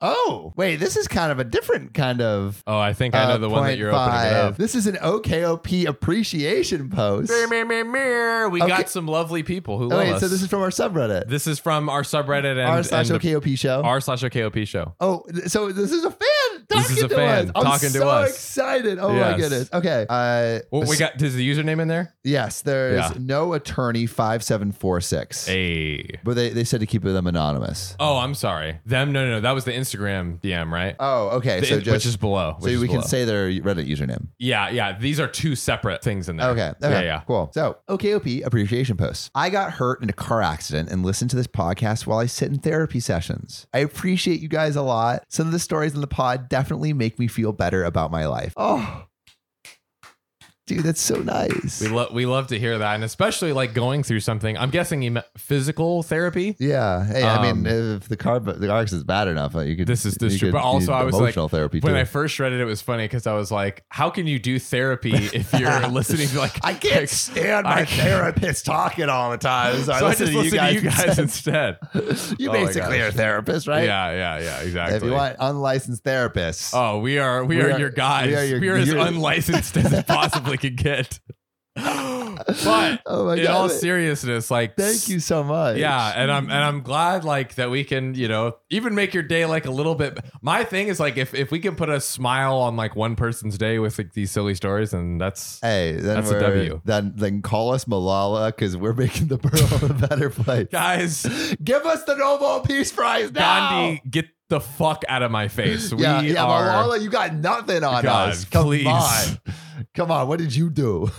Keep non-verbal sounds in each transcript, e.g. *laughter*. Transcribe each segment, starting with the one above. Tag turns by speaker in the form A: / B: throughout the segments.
A: Oh, wait, this is kind of a different kind of.
B: Oh, I think I know
A: uh,
B: the one that you're
A: point
B: opening it
A: five.
B: up.
A: This is an OKOP appreciation post.
B: Mirror, mirror, mirror. We
A: Okay.
B: got some lovely people who
A: Oh,
B: love
A: wait,
B: us.
A: so this is from our subreddit.
B: This is from our subreddit and
A: r slash
B: and the-
A: OKOP show.
B: r slash OKOP show.
A: Oh, th- so this is a fan talking
B: This is a
A: to
B: fan
A: us. I'm
B: talking to
A: so
B: us.
A: excited. Oh my
B: Yes.
A: goodness. Okay. Uh,
B: Well, we got is the username in there?
A: yes, there is
B: Yeah.
A: no attorney five seven four six.
B: Hey.
A: But they, they said to keep them anonymous.
B: Oh, I'm sorry. Them? No, no, no. That was the Instagram DM, right?
A: Oh, okay.
B: The
A: so
B: in-
A: just
B: which is below.
A: so
B: which is
A: we can
B: below.
A: say their Reddit username.
B: Yeah, yeah. These are two separate things in there.
A: Okay. okay.
B: Yeah, yeah.
A: Cool. So, OKOP appreciation posts. I got hurt in a car accident and listened to this podcast while I sit in therapy sessions. I appreciate you guys a lot. Some of the stories in the pod definitely make me feel better about my life. Oh, dude, that's so nice.
B: We love we love to hear that, and especially like going through something. I'm guessing you meant physical therapy.
A: yeah. Hey, I mean, if the car the car accident's bad enough, uh, you could.
B: Um, This is this
A: you
B: is true.
A: could
B: But also,
A: do
B: I was like,
A: emotional therapy
B: when
A: too.
B: I *laughs* first read it, it was funny because I was like, how can you do
A: *laughs*
B: therapy if you're listening to like
A: I can't stand my
B: I can't-
A: therapist talking all the time. So, I
B: *laughs* so I
A: listen
B: just
A: to you
B: listen to
A: guys.
B: you guys instead.
A: instead. you
B: Oh my
A: basically
B: gosh.
A: are a therapist, *laughs* right?
B: Yeah, yeah, yeah, exactly.
A: If you want unlicensed therapists.
B: oh, we are we,
A: We
B: are,
A: are-
B: your guys.
A: we
B: We
A: are
B: are,
A: your-
B: as
A: you're-
B: unlicensed
A: *laughs*
B: as it possibly could get. but
A: Oh my
B: in
A: God.
B: all seriousness, like
A: Thank you so much.
B: Yeah, and I'm and I'm glad like that we can you know even make your day like a little bit. My thing is like if if we can put a smile on like one person's day with like these silly stories,
A: *laughs*
B: and that's
A: Hey, then
B: That's a
A: we're-
B: W.
A: Then then call us Malala because we're making the world a *laughs* better place.
B: guys,
A: Give us the Nobel Peace Prize now.
B: Gandhi, get the fuck out of my face. We
A: Yeah, yeah,
B: are.
A: Malala, you got nothing on
B: God,
A: us. Come
B: please.
A: on, come on. What did you do?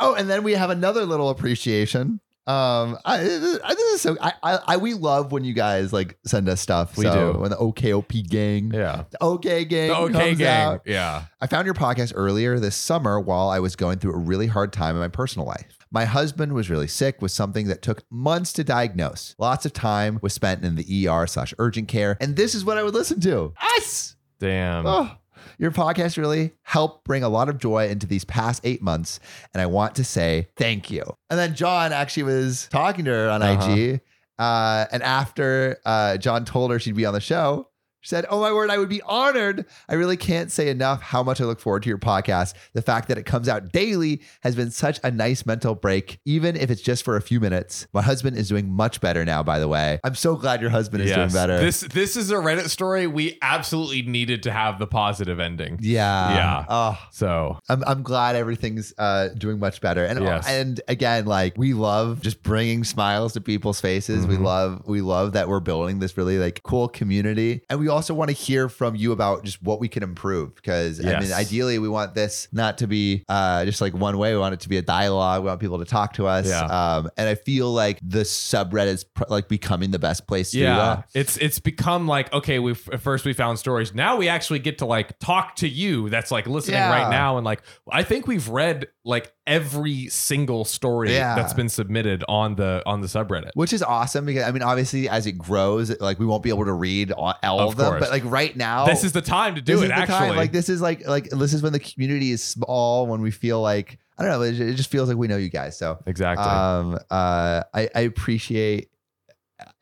A: oh, and then we have another little appreciation. Um, I, I this is so I, I I we love when you guys like send us stuff.
B: We
A: so
B: do.
A: when the OKOP gang,
B: *laughs* yeah.
A: the OK gang,
B: The okay
A: comes
B: gang.
A: out.
B: Yeah.
A: I found your podcast earlier this summer while I was going through a really hard time in my personal life. My husband was really sick with something that took months to diagnose. Lots of time was spent in the ER slash urgent care, and this is what I would listen to. Us.
B: Damn.
A: Oh, your podcast really helped bring a lot of joy into these past eight months, and I want to say thank you. And then John actually was talking to her on
B: Uh-huh.
A: IG, uh, and after uh, John told her she'd be on the show, she said, "Oh my word, I would be honored. I really can't say enough how much I look forward to your podcast. The fact that it comes out daily has been such a nice mental break, even if it's just for a few minutes. My husband is doing much better now, by the way. I'm so glad your husband is doing
B: Yes.
A: better.
B: This this is a Reddit story. We absolutely needed to have the positive ending.
A: yeah,
B: Yeah.
A: Oh,
B: So
A: I'm, I'm glad everything's uh, doing much better. And
B: Yes.
A: and again, like we love just bringing smiles to people's faces. We
B: Mhm.
A: love we love that we're building this really like cool community. And we also want to hear from you about just what we can improve because I mean,
B: Yes.
A: ideally, we want this not to be uh, just like one way. We want it to be a dialogue. We want people to talk to us.
B: Yeah.
A: Um, and I feel like the subreddit is pr- like becoming the best place to do
B: yeah
A: that.
B: it's it's become like okay we at first we found stories now we actually get to like talk to you that's like listening
A: Yeah.
B: right now and like i think we've read like every single story
A: Yeah.
B: that's been submitted on the on the subreddit
A: which is awesome because I mean, obviously, as it grows, like we won't be able to read all, all of,
B: Of
A: them,
B: course.
A: but like right now,
B: this is the time to do
A: This
B: it
A: is the
B: actually
A: time, Like this is like like this is when the community is small. When we feel like I don't know, it, it just feels like we know you guys. So
B: exactly
A: um, uh, I, I appreciate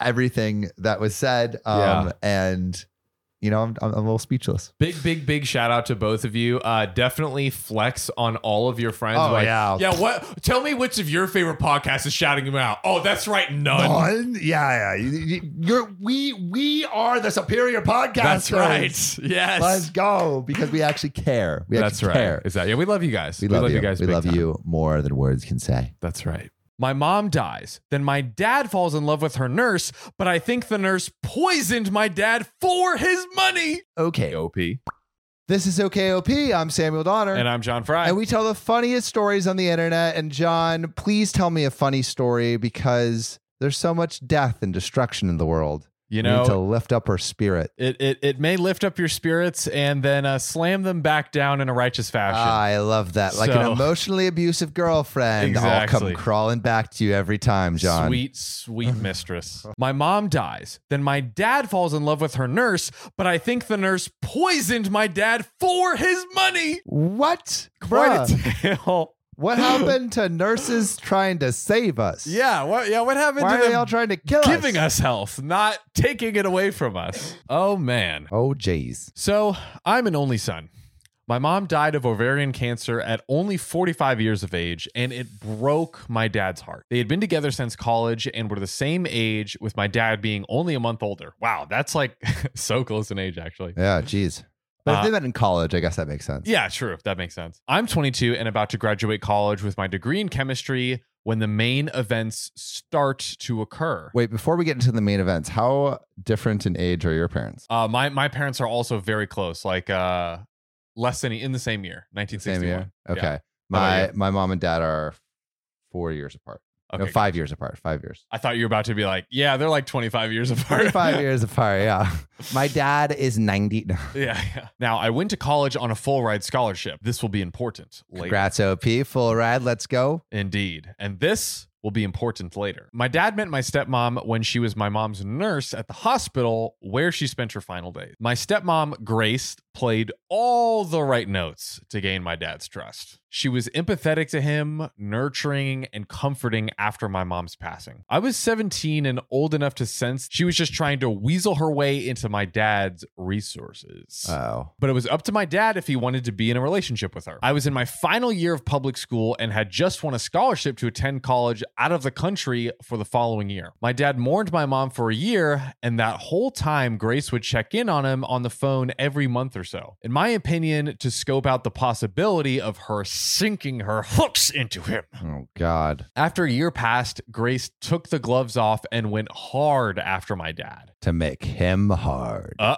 A: everything that was said. Um,
B: Yeah.
A: and you know, I'm, I'm, I'm a little speechless.
B: Big, big, big shout out to both of you. Uh, definitely flex on all of your friends.
A: Oh,
B: Like,
A: yeah.
B: Yeah, what? Tell me which of your favorite podcasts is shouting them out. Oh, that's right. None.
A: Yeah, yeah. You're we we are the superior podcast.
B: That's right. Yes.
A: go because we actually care. We
B: that's right. Is that, yeah, we love you guys.
A: We, love, you.
B: guys.
A: we
B: big
A: love
B: time.
A: you more than words can say.
B: That's right. My mom dies. Then my dad falls in love with her nurse, but I think the nurse poisoned my dad for his money.
A: Okay.
B: OP.
A: This is OKOP. I'm Samuel Donner.
B: And I'm John Fry.
A: and we tell the funniest stories on the internet. And John, please tell me a funny story because there's so much death and destruction in the world.
B: you
A: We need to
B: know,
A: lift up our spirit.
B: it, it, it may lift up your spirits and then uh, slam them back down in a righteous fashion.
A: I love that. Like an
B: So-
A: emotionally abusive girlfriend, I'll come
B: Exactly.
A: crawling back to you every time, John.
B: Sweet, *laughs* sweet mistress. My mom dies. Then my dad falls in love with her nurse, but I think the nurse poisoned my dad for his money.
A: What?
B: Quite
A: Bruh.
B: a tale.
A: What happened to nurses trying to save us?
B: Yeah. What? Yeah. What happened
A: Why
B: to
A: are
B: them
A: they all trying to kill
B: giving us health, not taking it away from us? Oh man.
A: Oh, jeez.
B: So I'm an only son. My mom died of ovarian cancer at only 45 years of age, and it broke my dad's heart. They had been together since college and were the same age, with my dad being only a month older. Wow, that's like *laughs* so close in age, actually.
A: Yeah, jeez. But
B: Uh,
A: if they met in college, I guess that makes sense.
B: Yeah, true. That makes sense. I'm 22 and about to graduate college with my degree in chemistry when the main events start to occur.
A: Wait, before we get into the main events, how different in age are your parents?
B: Uh, my my parents are also very close, like uh, less than in the same year, 1961.
A: Same year. Okay.
B: Yeah.
A: My my mom and dad are four years apart.
B: Okay,
A: no, five years apart. Five years.
B: I thought you were about to be like, yeah, they're like 25 years apart. *laughs*
A: 35 years apart. Yeah. My dad is *laughs* 90. No.
B: yeah, yeah. Now, I went to college on a full ride scholarship. This will be important later.
A: Congrats, OP. Full ride. Let's go.
B: Indeed. And this will be important later. My dad met my stepmom when she was my mom's nurse at the hospital where she spent her final days. My stepmom, Grace, played all the right notes to gain my dad's trust. She was empathetic to him, nurturing, and comforting after my mom's passing. I was 17 and old enough to sense she was just trying to weasel her way into my dad's resources
A: Oh.
B: but it was up to my dad if he wanted to be in a relationship with her. I was in my final year of public school and had just won a scholarship to attend college out of the country for the following year. My dad mourned my mom for a year, and that whole time, Grace would check in on him on the phone every month or so. In my opinion, to scope out the possibility of her sinking her hooks into him.
A: Oh, God.
B: After a year passed, Grace took the gloves off and went hard after my dad.
A: To make him hard.
B: Uh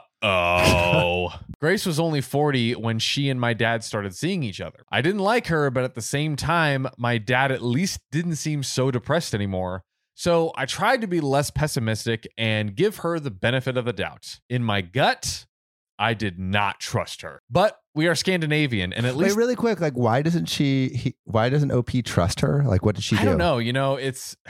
B: oh. Grace was only 40 when she and my dad started seeing each other. I didn't like her, but at the same time, my dad at least didn't seem so depressed anymore. So I tried to be less pessimistic and give her the benefit of the doubt. In my gut, I did not trust her. But we are Scandinavian, and at
A: Wait,
B: least
A: really quick. Like, why doesn't she, he, why doesn't OP trust her? Like, what did she
B: I
A: do?
B: don't know. You know, it's. *sighs*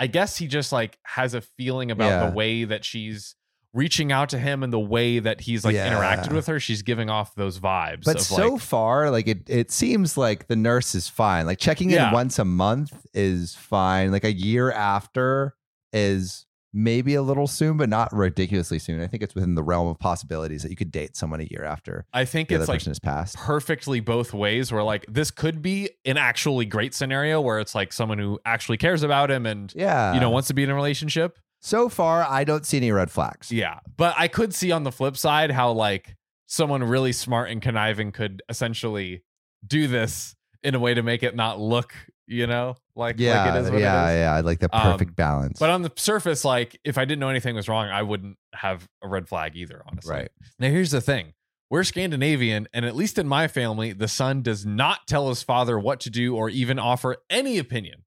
B: I guess he just like has a feeling about
A: Yeah.
B: the way that she's reaching out to him and the way that he's like
A: Yeah.
B: interacted with her. She's giving off those vibes.
A: But
B: of,
A: so
B: like,
A: far, like it, it seems like the nurse is fine. Like checking
B: Yeah.
A: in once a month is fine. Like a year after is maybe a little soon, but not ridiculously soon. I think it's within the realm of possibilities that you could date someone a year after
B: I think
A: the other
B: it's like
A: person has passed.
B: perfectly both ways. Where like this could be an actually great scenario where it's like someone who actually cares about him and
A: Yeah.
B: you know wants to be in a relationship.
A: so far I don't see any red flags.
B: Yeah, but I could see on the flip side how like someone really smart and conniving could essentially do this in a way to make it not look, you know, like
A: Yeah,
B: like it is what
A: yeah,
B: it is.
A: yeah. Like the
B: Um,
A: perfect balance.
B: But on the surface, like if I didn't know anything was wrong, I wouldn't have a red flag either, honestly.
A: Right.
B: Now here's the thing. We're Scandinavian, and at least in my family, the son does not tell his father what to do or even offer any opinion.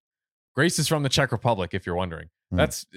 B: Grace is from the Czech Republic, if you're wondering.
A: Hmm.
B: That's *laughs*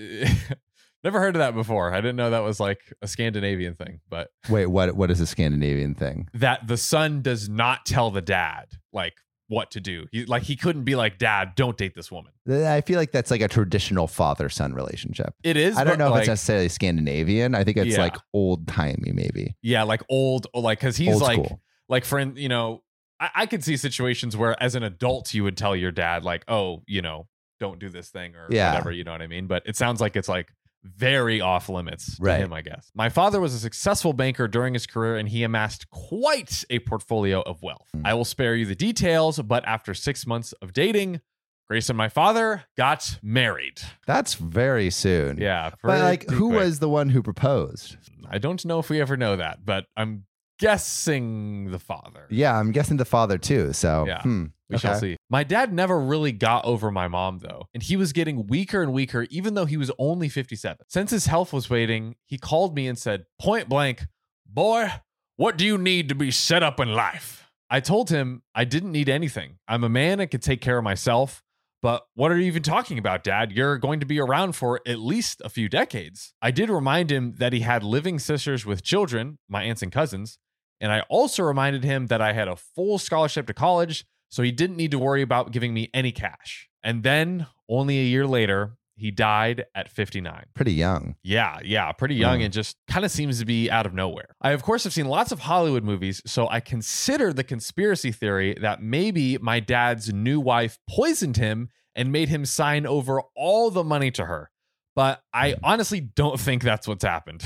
B: never heard of that before. I didn't know that was like a Scandinavian thing, but
A: Wait, what? What is a Scandinavian thing?
B: that the son does not tell the dad like what to do. He like he couldn't be like, Dad, don't date this woman.
A: I feel like that's like a traditional father-son relationship.
B: It is.
A: I don't
B: but,
A: know if
B: like,
A: it's necessarily Scandinavian. I think it's
B: Yeah.
A: like old timey, maybe.
B: yeah, like old, or, like because he's
A: old
B: like
A: school.
B: like friend, you know, I, I could see situations where as an adult you would tell your dad, like, oh, you know, don't do this thing or
A: Yeah.
B: whatever, you know what I mean? But it sounds like it's like very off limits
A: Right.
B: to him, I guess. My father was a successful banker during his career and he amassed quite a portfolio of wealth.
A: Mm.
B: I will spare you the details, but after six months of dating, Grace and my father got married.
A: That's very soon.
B: Yeah.
A: But like,
B: pretty
A: who
B: quick.
A: was the one who proposed?
B: I don't know if we ever know that, but I'm guessing the father.
A: Yeah, I'm guessing the father too. So,
B: Yeah.
A: hmm.
B: We shall
A: Okay.
B: see. My dad never really got over my mom, though, and he was getting weaker and weaker, even though he was only 57. Since his health was waiting, he called me and said, point blank, Boy, what do you need to be set up in life? I told him I didn't need anything. I'm a man and can take care of myself. But what are you even talking about, Dad? You're going to be around for at least a few decades. I did remind him that he had living sisters with children, my aunts and cousins. And I also reminded him that I had a full scholarship to college so he didn't need to worry about giving me any cash. And then, only a year later, He died at 59.
A: Pretty young.
B: Yeah, yeah, pretty young
A: Mm.
B: and just kind of seems to be out of nowhere. I, of course, have seen lots of Hollywood movies, so I consider the conspiracy theory that maybe my dad's new wife poisoned him and made him sign over all the money to her. But I honestly don't think that's what's happened.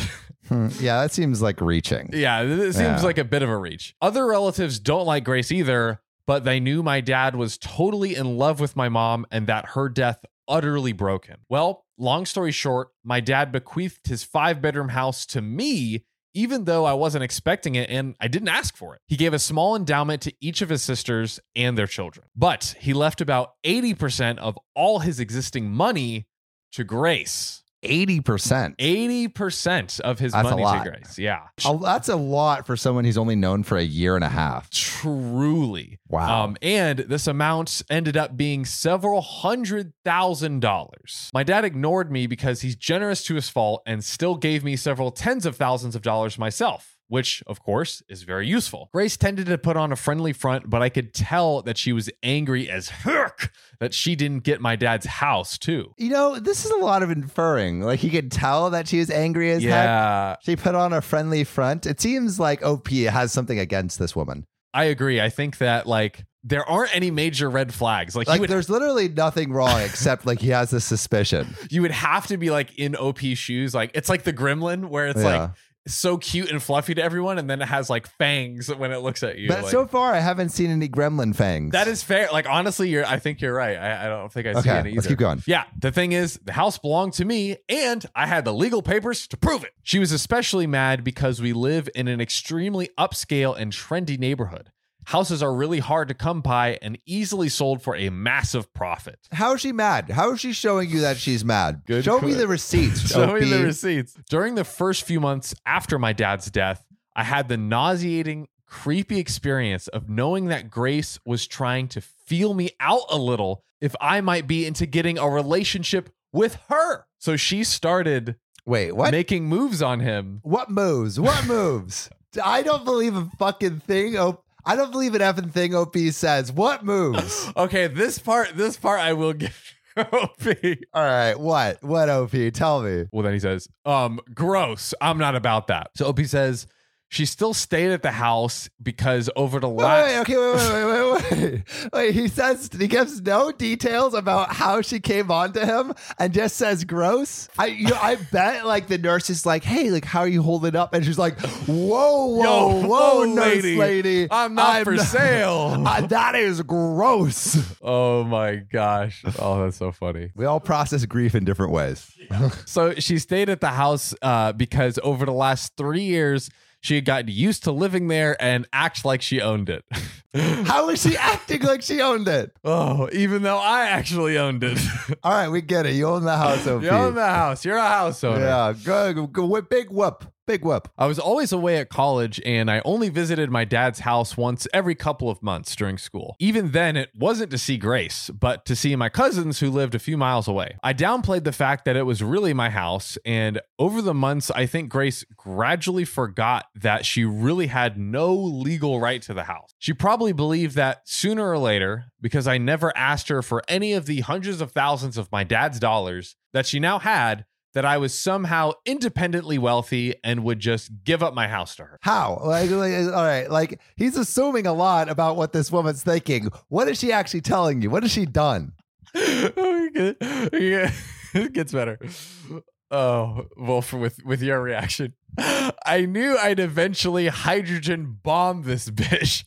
A: Hmm, Yeah, that seems like reaching.
B: yeah, th- it seems
A: Yeah.
B: like a bit of a reach. Other relatives don't like Grace either, but they knew my dad was totally in love with my mom and that her death utterly broke him. Well, long story short, my dad bequeathed his five bedroom house to me, even though I wasn't expecting it and I didn't ask for it. He gave a small endowment to each of his sisters and their children, but he left about 80% of all his existing money to Grace.
A: 80%.
B: 80% of his
A: That's a
B: money
A: lot.
B: to Grace. Yeah.
A: Oh, that's a lot for someone he's only known for a year and a half.
B: Truly.
A: Wow.
B: Um, and this amount ended up being several hundred thousand dollars. My dad ignored me because he's generous to his fault and still gave me several tens of thousands of dollars myself, which, of course, is very useful. Grace tended to put on a friendly front, but I could tell that she was angry as heck that she didn't get my dad's house, too.
A: you know, this is a lot of inferring. Like he could tell that she was angry as heck.
B: yeah,
A: She put on a friendly front. It seems like OP has something against this woman.
B: I agree. I think that, like, there aren't any major red flags. Like,
A: Like,
B: you, would,
A: there's literally nothing
B: *laughs*
A: wrong except like he has this suspicion.
B: you would have to be like in OP shoes. Like, it's like the gremlin where it's like,
A: Yeah.
B: so cute and fluffy to everyone, and then it has like fangs when it looks at you.
A: but
B: Like,
A: so far, I haven't seen any gremlin fangs.
B: that is fair. Like honestly, you're. I think you're right. I, I don't think I see it
A: okay.
B: either.
A: Let's keep going.
B: Yeah, the thing is, the house belonged to me, and I had the legal papers to prove it. She was especially mad because we live in an extremely upscale and trendy neighborhood. Houses are really hard to come by and easily sold for a massive profit.
A: How is she mad? How is she showing you that she's mad?
B: Good
A: Show me
B: que-
A: the receipts.
B: *laughs* Show me the
A: OP.
B: receipts. During the first few months after my dad's death, I had the nauseating, creepy experience of knowing that Grace was trying to feel me out a little if I might be into getting a relationship with her. So she started
A: Wait, what?
B: making moves on him.
A: What moves?
B: *laughs*
A: What moves? I don't believe a fucking thing. O- I don't believe an effing thing OP says. What
B: *laughs*
A: moves?
B: Okay, this part, this part I will *laughs* give OP.
A: All right, what? What OP? Tell me.
B: Well, then he says, um, gross. I'm not about that. So OP says, she still stayed at the house because over the
A: Wait,
B: last.
A: wait, okay, wait, wait, wait, wait, wait. *laughs* Wait, he says he gives no details about how she came on to him and just says gross. I you I bet like the nurse is like, hey, like how are you holding up? And she's like, whoa, whoa, whoa,
B: Yo, whoa,
A: nurse
B: lady.
A: lady.
B: I'm not
A: *laughs*
B: for sale. *laughs*
A: Uh, that is gross.
B: Oh my gosh. Oh, that's so funny.
A: We all process grief in different ways.
B: So she stayed at the house uh, because over the last three years, she had gotten used to living there and act like she owned it.
A: *laughs*
B: *laughs*
A: How is she acting like she owned it?
B: oh, even though I actually owned it. *laughs*
A: All right, we get it. You own the house, OP.
B: you own the house. You're a house owner.
A: yeah, good, good, whi- Big whoop. Big whoop.
B: I was always away at college and I only visited my dad's house once every couple of months during school. Even then, it wasn't to see Grace, but to see my cousins who lived a few miles away. I downplayed the fact that it was really my house, and over the months, I think Grace gradually forgot that she really had no legal right to the house. She probably believed that sooner or later, because I never asked her for any of the hundreds of thousands of my dad's dollars that she now had that I was somehow independently wealthy and would just give up my house to her.
A: How? Like, like, all right, like he's assuming a lot about what this woman's thinking. What is she actually telling you? What has she done?
B: yeah, it gets better. Oh well, for, with with your reaction, I knew I'd eventually hydrogen bomb this bitch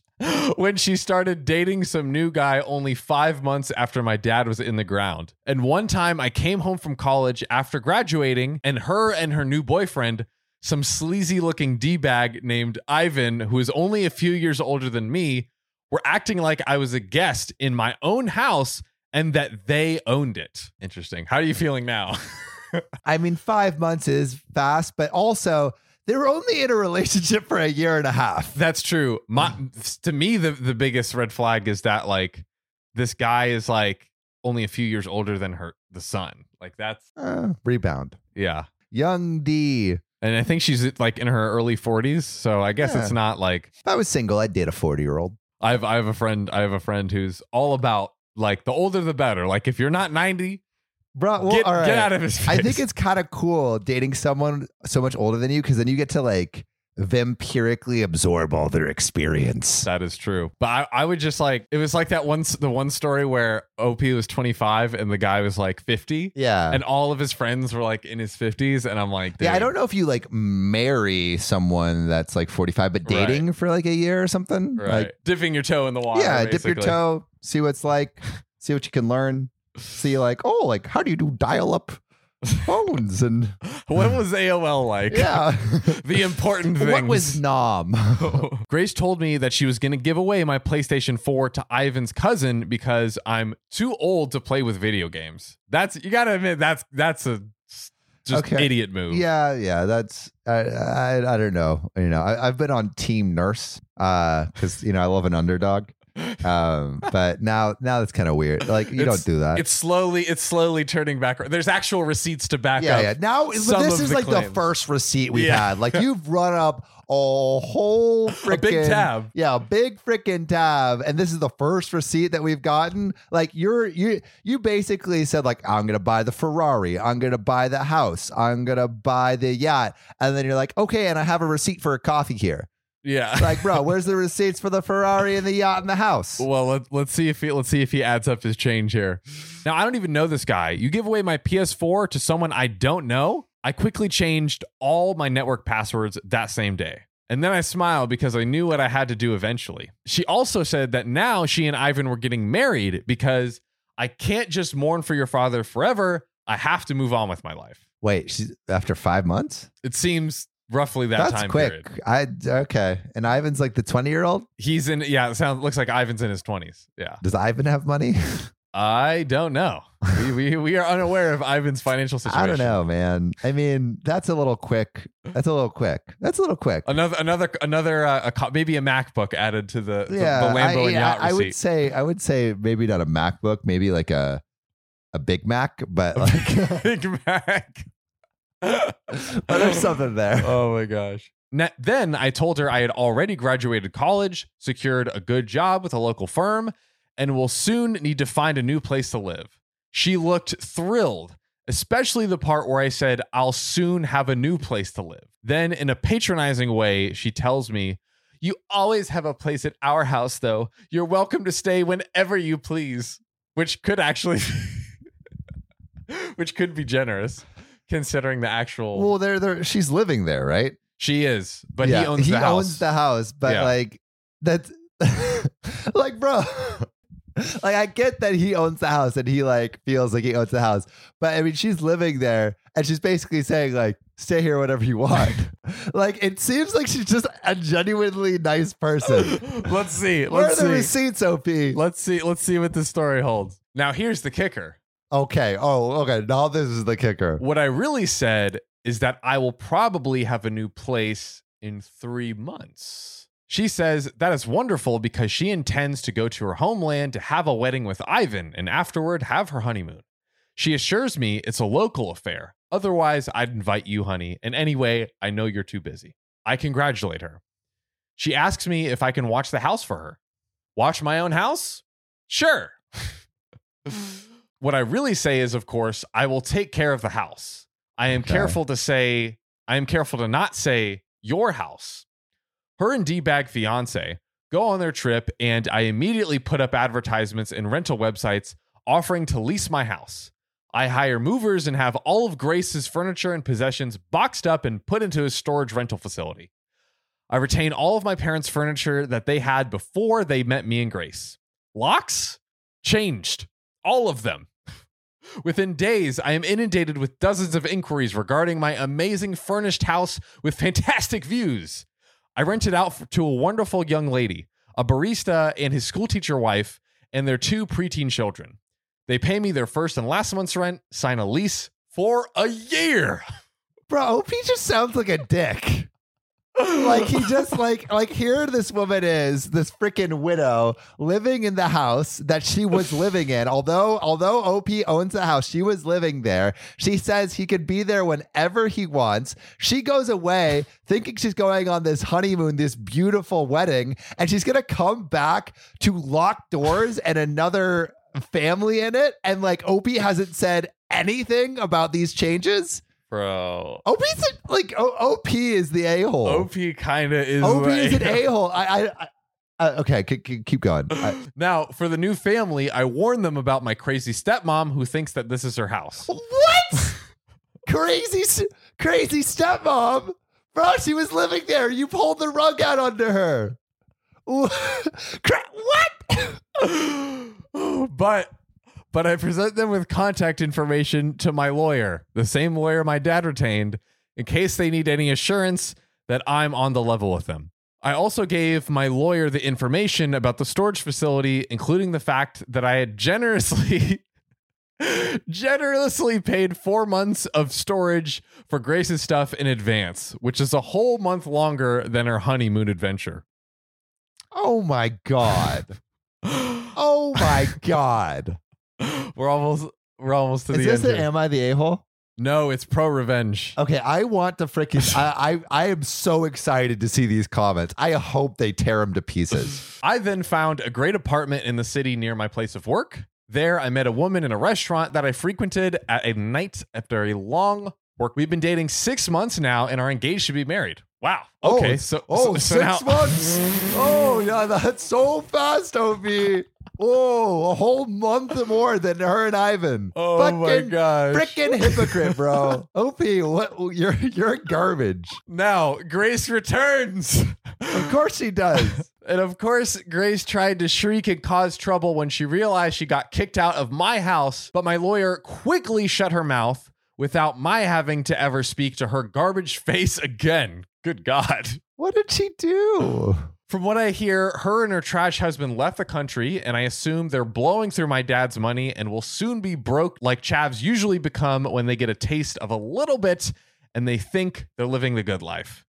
B: when she started dating some new guy only five months after my dad was in the ground. And one time, I came home from college after graduating, and her and her new boyfriend some sleazy looking D bag named Ivan, who is only a few years older than me, were acting like I was a guest in my own house and that they owned it. Interesting. How are you feeling now? *laughs*
A: I mean, five months is fast, but also they were only in a relationship for a year and a half.
B: That's true. My to me, the, the biggest red flag is that like this guy is like only a few years older than her the son. Like that's
A: Uh, rebound.
B: yeah.
A: Young D. If
B: And I think she's like in her early 40s. So I guess
A: Yeah.
B: it's not like
A: I was single, I'd date a 40 year old.
B: I've I have a friend I have a friend who's all about like the older the better. Like if you're not 90,
A: Bro, well,
B: get,
A: all right.
B: get out of his face.
A: I think it's kind of cool dating someone so much older than you because then you get to like vampirically absorb all their experience.
B: That is true. But I, I would just like it was like that one the one story where OP was 25 and the guy was like 50
A: Yeah.
B: and all of his friends were like in his 50s and I'm like
A: yeah, I
B: dude,
A: don't know if you like marry someone that's like 45, but
B: Right.
A: dating for like a year or something.
B: right.
A: Like,
B: dipping your toe in the water.
A: yeah, dip your
B: basically.
A: toe, see what it's like, see what you can learn, see like, oh, like how do you do dial up phones
B: *laughs*
A: and
B: What was AOL like?
A: yeah.
B: *laughs* The important
A: *laughs*
B: things.
A: what was
B: *laughs*
A: nom?
B: Grace told me that she was going to give away my PlayStation 4 to Ivan's cousin because I'm too old to play with video games. That's you got to admit that's that's a s- just
A: Okay.
B: idiot move.
A: Yeah, yeah, that's I, I I don't know. You know, I, I've been on team nurse uh because you know I love an underdog. Um, but now now that's kind of weird. Like you
B: It's-
A: don't do that.
B: It's slowly it's slowly turning back. There's actual receipts to back
A: Yeah,
B: up.
A: yeah. Now this
B: some of
A: is
B: the
A: like the
B: claims.
A: first receipt we've
B: Yeah.
A: had.
B: *laughs*
A: Like you've run up a whole freaking
B: A big tab.
A: Yeah, a big freaking tab, and this is the first receipt that we've gotten. Like you're you you basically said like I'm gonna buy the Ferrari, I'm gonna buy the house, I'm gonna buy the yacht, and then you're like okay, and I have a receipt for a coffee here.
B: Yeah.
A: Like bro, where's the receipts for the Ferrari and the yacht and the house?
B: Well, let, let's see if he, let's see if he adds up his change here. Now, I don't even know this guy. You give away my PS4 to someone I don't know. I quickly changed all my network passwords that same day. And then I smiled because I knew what I had to do eventually. She also said that now she and Ivan were getting married because I can't just mourn for your father forever. I have to move on with my life.
A: Wait, she's after five months.
B: It seems roughly that
A: That's
B: time
A: quick.
B: period.
A: I okay. And Ivan's like the twenty year old.
B: He's in yeah, it sounds looks like Ivan's in his 20s. Yeah.
A: Does Ivan have money?
B: I don't know. We, we, we are unaware of Ivan's financial
A: *laughs*
B: situation.
A: I don't know, man. I mean, that's a little quick. That's a little quick. That's a little quick.
B: Another another another uh, a, co- maybe a MacBook added to the the-
A: yeah,
B: the, Lambo
A: I,
B: and yacht
A: I, I would
B: receipt.
A: say I would say maybe not a MacBook, maybe like a a Big Mac,
B: *laughs*
A: but *laughs* like
B: Big Mac. but
A: *laughs* but there's something *laughs*
B: *laughs*
A: there.
B: Oh my gosh. Ne- then I told her I had already graduated college, secured a good job with a local firm, and will soon need to find a new place to live. She looked thrilled, especially the part where I said, I'll soon have a new place to live. Then, in a patronizing way, she tells me, You always have a place at our house, though. You're welcome to stay whenever you please, which could actually. *laughs* Which could be generous, considering the actual.
A: Well, there, there. She's living there, right?
B: She is, but
A: Yeah,
B: he owns the house.
A: the house, but
B: Yeah.
A: like that's *laughs* like, bro. *laughs* Like I get that he owns the house and he like feels like he owns the house, but I mean she's living there and she's basically saying like stay here whatever you want. *laughs* like it seems like she's just a genuinely nice person.
B: *laughs* let's see.
A: Where are
B: Let's
A: the
B: see.
A: receipts, OP?
B: Let's see. Let's see what this story holds. Now, here's the kicker.
A: Okay. Oh, okay. Now this is the kicker.
B: What I really said is that I will probably have a new place in three months. She says that is wonderful because she intends to go to her homeland to have a wedding with Ivan and afterward have her honeymoon. She assures me it's a local affair. Otherwise, I'd invite you, honey. And anyway, I know you're too busy. I congratulate her. She asks me if I can watch the house for her. Watch my own house? Sure. what I really say is, of course, I will take care of the house. I am
A: Okay.
B: careful to say, I am careful to not say your house. Her and D Bag fiance go on their trip, and I immediately put up advertisements in rental websites offering to lease my house. I hire movers and have all of Grace's furniture and possessions boxed up and put into a storage rental facility. I retain all of my parents' furniture that they had before they met me and Grace. Locks? Changed. All of them. *laughs* Within days, I am inundated with dozens of inquiries regarding my amazing furnished house with *laughs* fantastic views. I rent it out f- to a wonderful young lady, a barista, and his schoolteacher wife, and their two preteen children. They pay me their first and last month's rent, sign a lease for a year. *laughs*
A: Bro, OP just sounds like a dick. like he just like like here this woman is this freaking widow living in the house that she was living in although although op owns the house she was living there she says he could be there whenever he wants she goes away thinking she's going on this honeymoon this beautiful wedding and she's gonna come back to locked doors and another family in it, and like Opie hasn't said anything about these changes.
B: bro.
A: Opie's a- like o- OP is the a hole.
B: OP kind of is.
A: OP is
B: like-
A: an a hole. I, I, I uh, okay, c- c- keep going.
B: *laughs*
A: I-
B: now, for the new family, I warn them about my crazy stepmom who thinks that this is her house.
A: What? crazy, s- crazy stepmom, bro. She was living there. You pulled the rug out under her. *laughs* Wha- Cra- What?
B: *gasps* but but I present them with contact information to my lawyer, the same lawyer my dad retained, in case they need any assurance that I'm on the level with them. I also gave my lawyer the information about the storage facility, including the fact that I had generously *laughs* generously paid 4 months of storage for Grace's stuff in advance, which is a whole month longer than her honeymoon adventure. *gasps*
A: Oh my god. Oh my god.
B: we're almost we're almost *laughs* to
A: is
B: the
A: this
B: end.
A: an
B: here.
A: am I the a hole?
B: no, it's pro revenge.
A: Okay, I want to
B: *laughs*
A: freaking. I, I I am so excited to see these comments. I hope they tear him to pieces.
B: I then found a great apartment in the city near my place of work. There, I met a woman in a restaurant that I frequented at a night after a long work. We've been dating six months now and are engaged to be married. Wow.
A: Oh,
B: Okay. so,
A: Oh,
B: so,
A: six
B: so now- *laughs*
A: months. Oh, yeah, that's so fast, Opie. Oh, a whole month more than her and Ivan.
B: Oh my
A: Fucking
B: gosh.
A: Frickin' hypocrite,
B: *laughs*
A: bro. OP, what you're you're garbage.
B: Now, Grace returns. *laughs*
A: Of course she does.
B: And of course, Grace tried to shriek and cause trouble when she realized she got kicked out of my house, but my lawyer quickly shut her mouth without my having to ever speak to her garbage *laughs* face again. Good God.
A: What did she do?
B: From what I hear, her and her trash husband left the country, and I assume they're blowing through my dad's money and will soon be broke, like chavs usually become when they get a taste of a little bit and they think they're living the good life.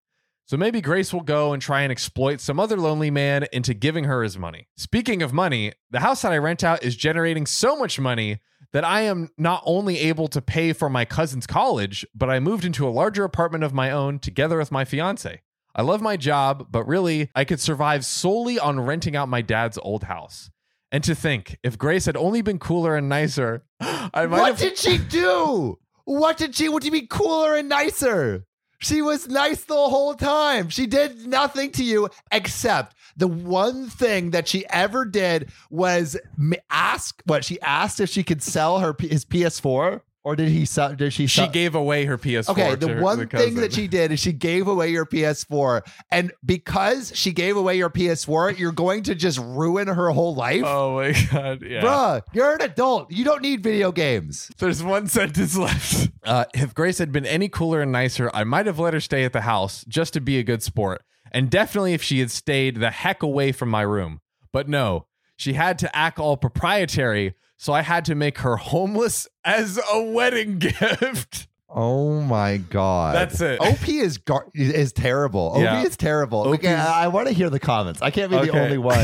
B: So maybe Grace will go and try and exploit some other lonely man into giving her his money. Speaking of money, the house that I rent out is generating so much money that I am not only able to pay for my cousin's college, but I moved into a larger apartment of my own together with my fiance. I love my job, but really, I could survive solely on renting out my dad's old house. And to think, if Grace had only been cooler and nicer, *gasps* I might
A: What
B: have.
A: did she do? What did she what do you mean cooler and nicer? She was nice the whole time. She did nothing to you except the one thing that she ever did was m- ask what she asked if she could sell her P- his PS4 or did he sell did she
B: she
A: sell-
B: gave away her PS4.
A: Okay,
B: to
A: the
B: her-
A: one
B: the
A: thing
B: cousin.
A: that she did is she gave away your PS4. And because she gave away your PS4, you're going to just ruin her whole life.
B: Oh my *laughs* god, yeah.
A: Bruh, you're an adult. You don't need video games.
B: There's one sentence left. Uh, if Grace had been any cooler and nicer, I might have let her stay at the house just to be a good sport. And definitely if she had stayed the heck away from my room. But no, she had to act all proprietary, so I had to make her homeless as a wedding *laughs* gift.
A: Oh my god.
B: That's it.
A: OP is gar- is terrible.
B: Yeah.
A: OP is terrible.
B: OP
A: Okay,
B: is-
A: I, want to hear the comments. I can't be the
B: Okay.
A: only
B: *laughs*
A: one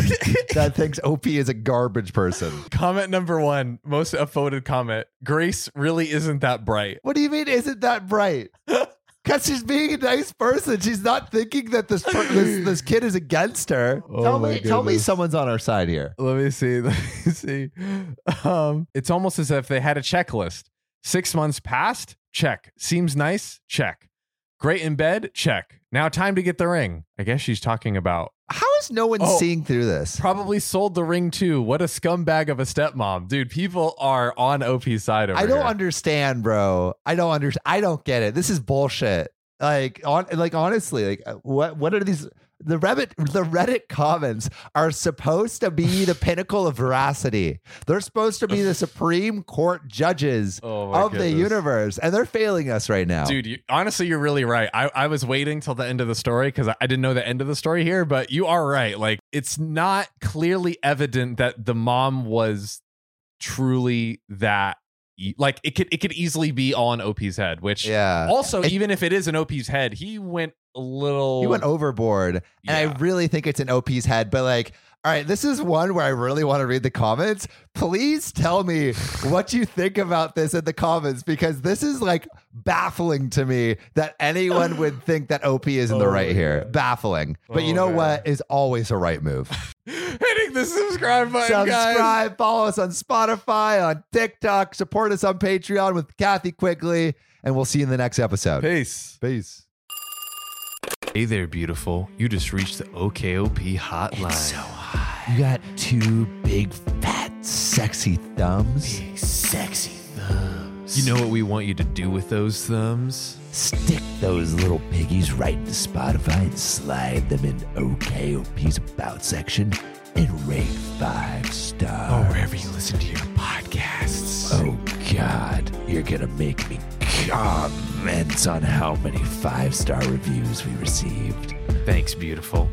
A: that thinks OP is a garbage person.
B: *laughs* comment number one, most upvoted comment Grace really isn't that bright.
A: What do you mean isn't that
B: *laughs*
A: bright? Because she's being a nice person. She's not thinking that this per- this, this kid is against her.
B: Oh
A: tell
B: my
A: me, tell me
B: goodness.
A: someone's on our side here.
B: Let me see. *laughs* Let me see. Um, it's almost as if they had a checklist. Six months passed. Check. Seems nice. Check. Great in bed. Check. Now time to get the ring. I guess she's talking about
A: How is no one
B: Oh.
A: seeing through this?
B: probably sold the ring too. What a scumbag of a stepmom, dude. People are on OP's side over
A: I don't
B: here.
A: understand, bro. I don't under. I don't get it. This is bullshit. Like on, like honestly, like uh, what? What are these? The Reddit, the Reddit comments are supposed to be
B: *laughs*
A: the pinnacle of veracity. They're supposed to be the supreme court judges
B: oh my
A: of the
B: goodness.
A: universe, and they're failing us right now.
B: Dude, you, honestly, you're really right. I, I was waiting till the end of the story because I, I didn't know the end of the story here, but you are right. Like, it's not clearly evident that the mom was truly that. e- Like, it could it could easily be all on OP's head. Which
A: yeah,
B: also,
A: And-
B: even if it is an OP's head, he went a little.
A: he went overboard, and
B: Yeah.
A: I really think it's in OP's head. But like, all right, this is one where I really want to read the comments. Please tell me what you think about this in the comments because this is like baffling to me that anyone
B: *laughs*
A: would think that OP is in the
B: Oh
A: right
B: my
A: here.
B: God.
A: Baffling. But you
B: Oh,
A: know
B: man. *laughs*
A: what is always a right move.
B: hitting the subscribe button, guys.
A: Subscribe, follow us on Spotify, on TikTok, support us on Patreon with Kathy Quigley, and we'll see you in the next episode.
B: Peace.
A: Peace.
B: Hey there, beautiful. You just reached the OKOP hotline.
A: You got two big, fat, sexy thumbs.
B: sexy thumbs. You know what we want you to do with those thumbs?
A: Stick those little piggies right into Spotify and slide them in OKOP's About section and rate five stars.
B: wherever you listen to your podcasts.
A: Oh, God. You're going to make me comments on how many five star reviews we received.
B: Thanks, beautiful.